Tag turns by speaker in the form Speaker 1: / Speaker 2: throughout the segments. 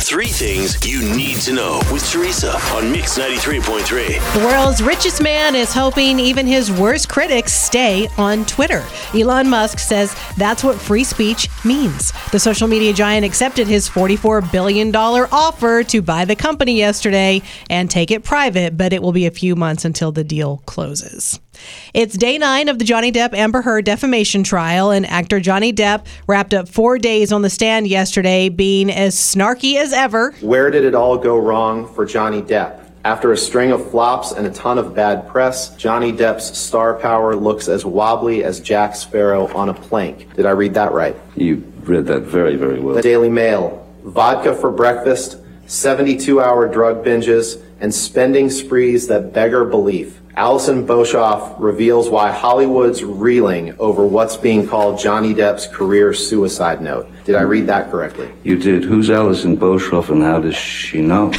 Speaker 1: Three things you need to know with Teresa on Mix 93.3.
Speaker 2: The world's richest man is hoping even his worst critics stay on Twitter. Elon Musk says that's what free speech means. The social media giant accepted his $44 billion offer to buy the company yesterday and take it private, but it will be a few months until the deal closes. It's day nine of the Johnny Depp Amber Heard defamation trial, and actor Johnny Depp wrapped up four days on the stand yesterday, being as snarky as ever.
Speaker 3: Where did it all go wrong for Johnny Depp? After a string of flops and a ton of bad press, Johnny Depp's star power looks as wobbly as Jack Sparrow on a plank. Did I read that right?
Speaker 4: You read that very, very well.
Speaker 3: The Daily Mail, vodka for breakfast, 72 hour drug binges, and spending sprees that beggar belief. Alison Boshoff reveals why Hollywood's reeling over what's being called Johnny Depp's career suicide note. Did I read that correctly?
Speaker 4: You did. Who's Alison Boshoff and how does she know?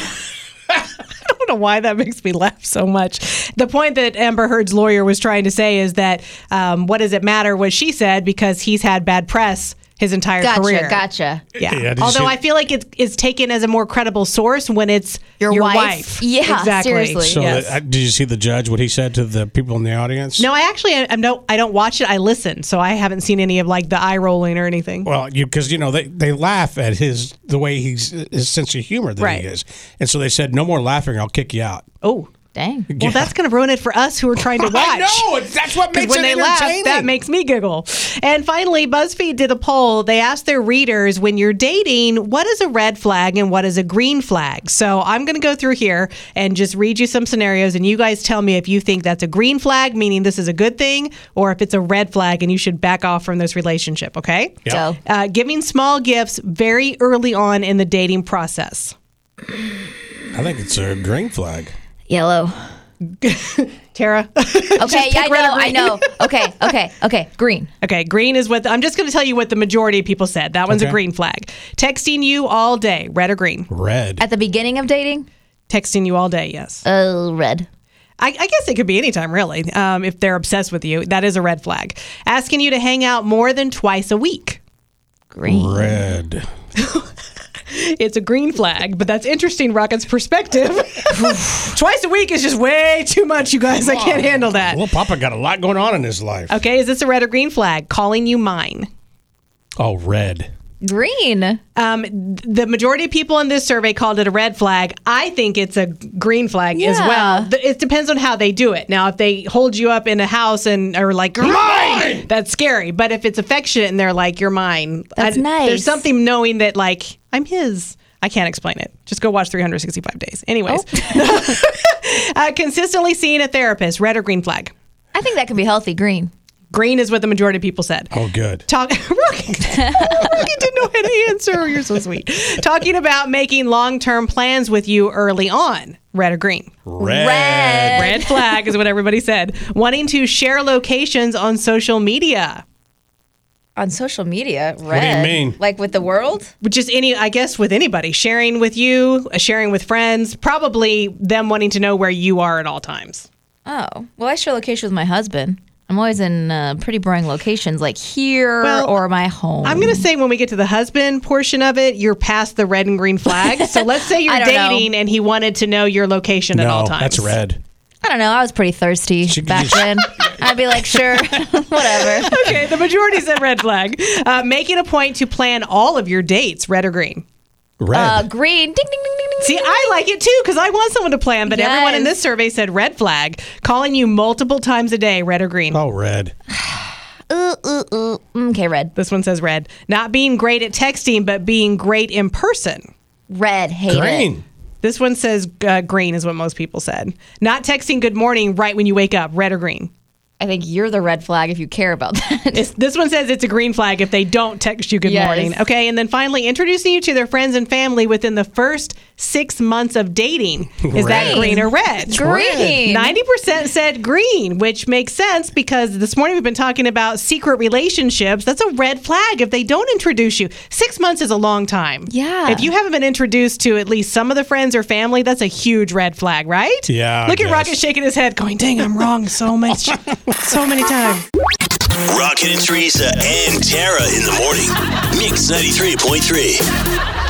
Speaker 2: I don't know why that makes me laugh so much. The point that Amber Heard's lawyer was trying to say is that um, what does it matter what she said because he's had bad press his entire
Speaker 5: Gotcha,
Speaker 2: career.
Speaker 5: gotcha.
Speaker 2: Yeah.
Speaker 6: Yeah, did you
Speaker 2: Although
Speaker 6: see-
Speaker 2: I feel like it's, it's taken as a more credible source when it's
Speaker 5: Your
Speaker 2: your
Speaker 5: wife? Yeah,
Speaker 2: exactly.
Speaker 5: seriously.
Speaker 6: So
Speaker 2: yes.
Speaker 6: uh, did you see the judge? What he said to the people in the audience?
Speaker 2: no, I actually I, I don't I don't watch it. I listen, so I haven't seen any of like the eye rolling or anything.
Speaker 6: Well, you because you know they, they laugh at his the way he's his sense of humor that
Speaker 2: Right.
Speaker 6: he is, and so they said no more laughing. I'll kick you out.
Speaker 2: oh,
Speaker 5: Dang.
Speaker 2: well, that's going to ruin it for us who are trying to watch.
Speaker 6: I know it's- that's what
Speaker 2: Because
Speaker 6: makes
Speaker 2: when they
Speaker 6: it
Speaker 2: laugh,
Speaker 6: entertaining.
Speaker 2: that makes me giggle. And finally, BuzzFeed did a poll. They asked their readers when you're dating, what is a red flag and what is a green flag? So I'm going to go through here and just read you some scenarios, and you guys tell me if you think that's a green flag, meaning this is a good thing, or if it's a red flag and you should back off from this relationship, okay?
Speaker 5: Go.
Speaker 2: Uh, giving small gifts very early on in the dating process.
Speaker 6: I think it's a green flag.
Speaker 5: Yellow.
Speaker 2: Tara?
Speaker 5: Okay, yeah, I know, I know. Okay, okay, okay. Green.
Speaker 2: Okay, green is what I'm just going to tell you what the majority of people said. That one's a
Speaker 6: Okay.
Speaker 2: green flag. Texting you all day, red or green?
Speaker 6: Red.
Speaker 5: At the beginning of dating,
Speaker 2: Texting you all day, yes.
Speaker 5: uh, red.
Speaker 2: I, I guess it could be anytime, really. Um, if they're obsessed with you, that is a red flag. Asking you to hang out more than twice a week.
Speaker 5: Green.
Speaker 6: Red.
Speaker 2: It's a green flag, but that's interesting, Rocket's perspective. twice a week is just way too much, you guys. I can't handle that.
Speaker 6: Well, Papa got a lot going on in his life.
Speaker 2: Okay, is this a red or green flag? Calling you mine.
Speaker 6: Oh, red.
Speaker 5: Green.
Speaker 2: Um, th- the majority of people in this survey called it a red flag. I think it's a green flag as
Speaker 5: Yeah.
Speaker 2: well. Th- It depends on how they do it. Now, if they hold you up in a house and are like, "You're mine," that's scary. But if it's affectionate and they're like, "You're mine,"
Speaker 5: That's
Speaker 2: There's
Speaker 5: nice.
Speaker 2: something knowing that like I'm his. I can't explain it. Just go watch 365 days. Anyways,
Speaker 5: Oh.
Speaker 2: uh, consistently seeing a therapist, red or green flag.
Speaker 5: I think that could be healthy. Green.
Speaker 2: Green is what the majority of people said
Speaker 6: Oh, good.
Speaker 2: talk Rocky, Rocky didn't know how to answer. You're so sweet. Talking about making long term plans with you early on. Red or green?
Speaker 6: Red.
Speaker 5: Red.
Speaker 2: Red flag is what everybody said. Wanting to share locations on social media.
Speaker 5: On social media, red.
Speaker 6: do you mean?
Speaker 5: Like with the world?
Speaker 2: Which is any, I guess, with anybody. Sharing with you, sharing with friends, probably them wanting to know where you are at all times.
Speaker 5: Oh. Well, I share location with my husband. I'm always in uh, pretty boring locations like here
Speaker 2: Well,
Speaker 5: or my home.
Speaker 2: I'm going to say when we get to the husband portion of it, you're past the red and green flag. So let's say
Speaker 5: I
Speaker 2: you're
Speaker 5: don't know.
Speaker 2: dating and he wanted to know your location at all
Speaker 6: No,
Speaker 2: times.
Speaker 6: that's red.
Speaker 5: I don't know. I was pretty thirsty
Speaker 6: She could
Speaker 5: back
Speaker 6: just-
Speaker 5: then. I'd be like, sure, whatever.
Speaker 2: okay, the majority said red flag. Uh, making a point to plan all of your dates, red or green.
Speaker 6: Red.
Speaker 5: Uh, green. Ding, ding, ding, ding, ding.
Speaker 2: See, I like it too because I want someone to plan, but everyone in
Speaker 5: Yes.
Speaker 2: this survey said red flag. Calling you multiple times a day, red or green.
Speaker 6: oh, red.
Speaker 5: Ooh, ooh, ooh. Mm, Okay, red.
Speaker 2: This one says red. Not being great at texting, but being great in person.
Speaker 5: Red. Hate it.
Speaker 6: Green.
Speaker 2: This one says uh, green is what most people said. Not texting good morning right when you wake up, red or green.
Speaker 5: I think you're the red flag if you care about that.
Speaker 2: It's, this one says it's a green flag if they don't text you good
Speaker 5: Yes.
Speaker 2: morning. Okay. And then finally, introducing you to their friends and family within the first six months of dating. Is that
Speaker 5: Red.
Speaker 2: green or red?
Speaker 5: Green.
Speaker 2: 90% said green, which makes sense because this morning we've been talking about secret relationships. That's a red flag if they don't introduce you. Six months is a long time.
Speaker 5: Yeah.
Speaker 2: If you haven't been introduced to at least some of the friends or family, that's a huge red flag, right?
Speaker 6: Yeah, I
Speaker 2: Look at
Speaker 6: guess.
Speaker 2: Rocket shaking his head, going, dang, I'm wrong so much, so many times.
Speaker 1: Rocket and Teresa and Tara in the morning. Mix 93.3.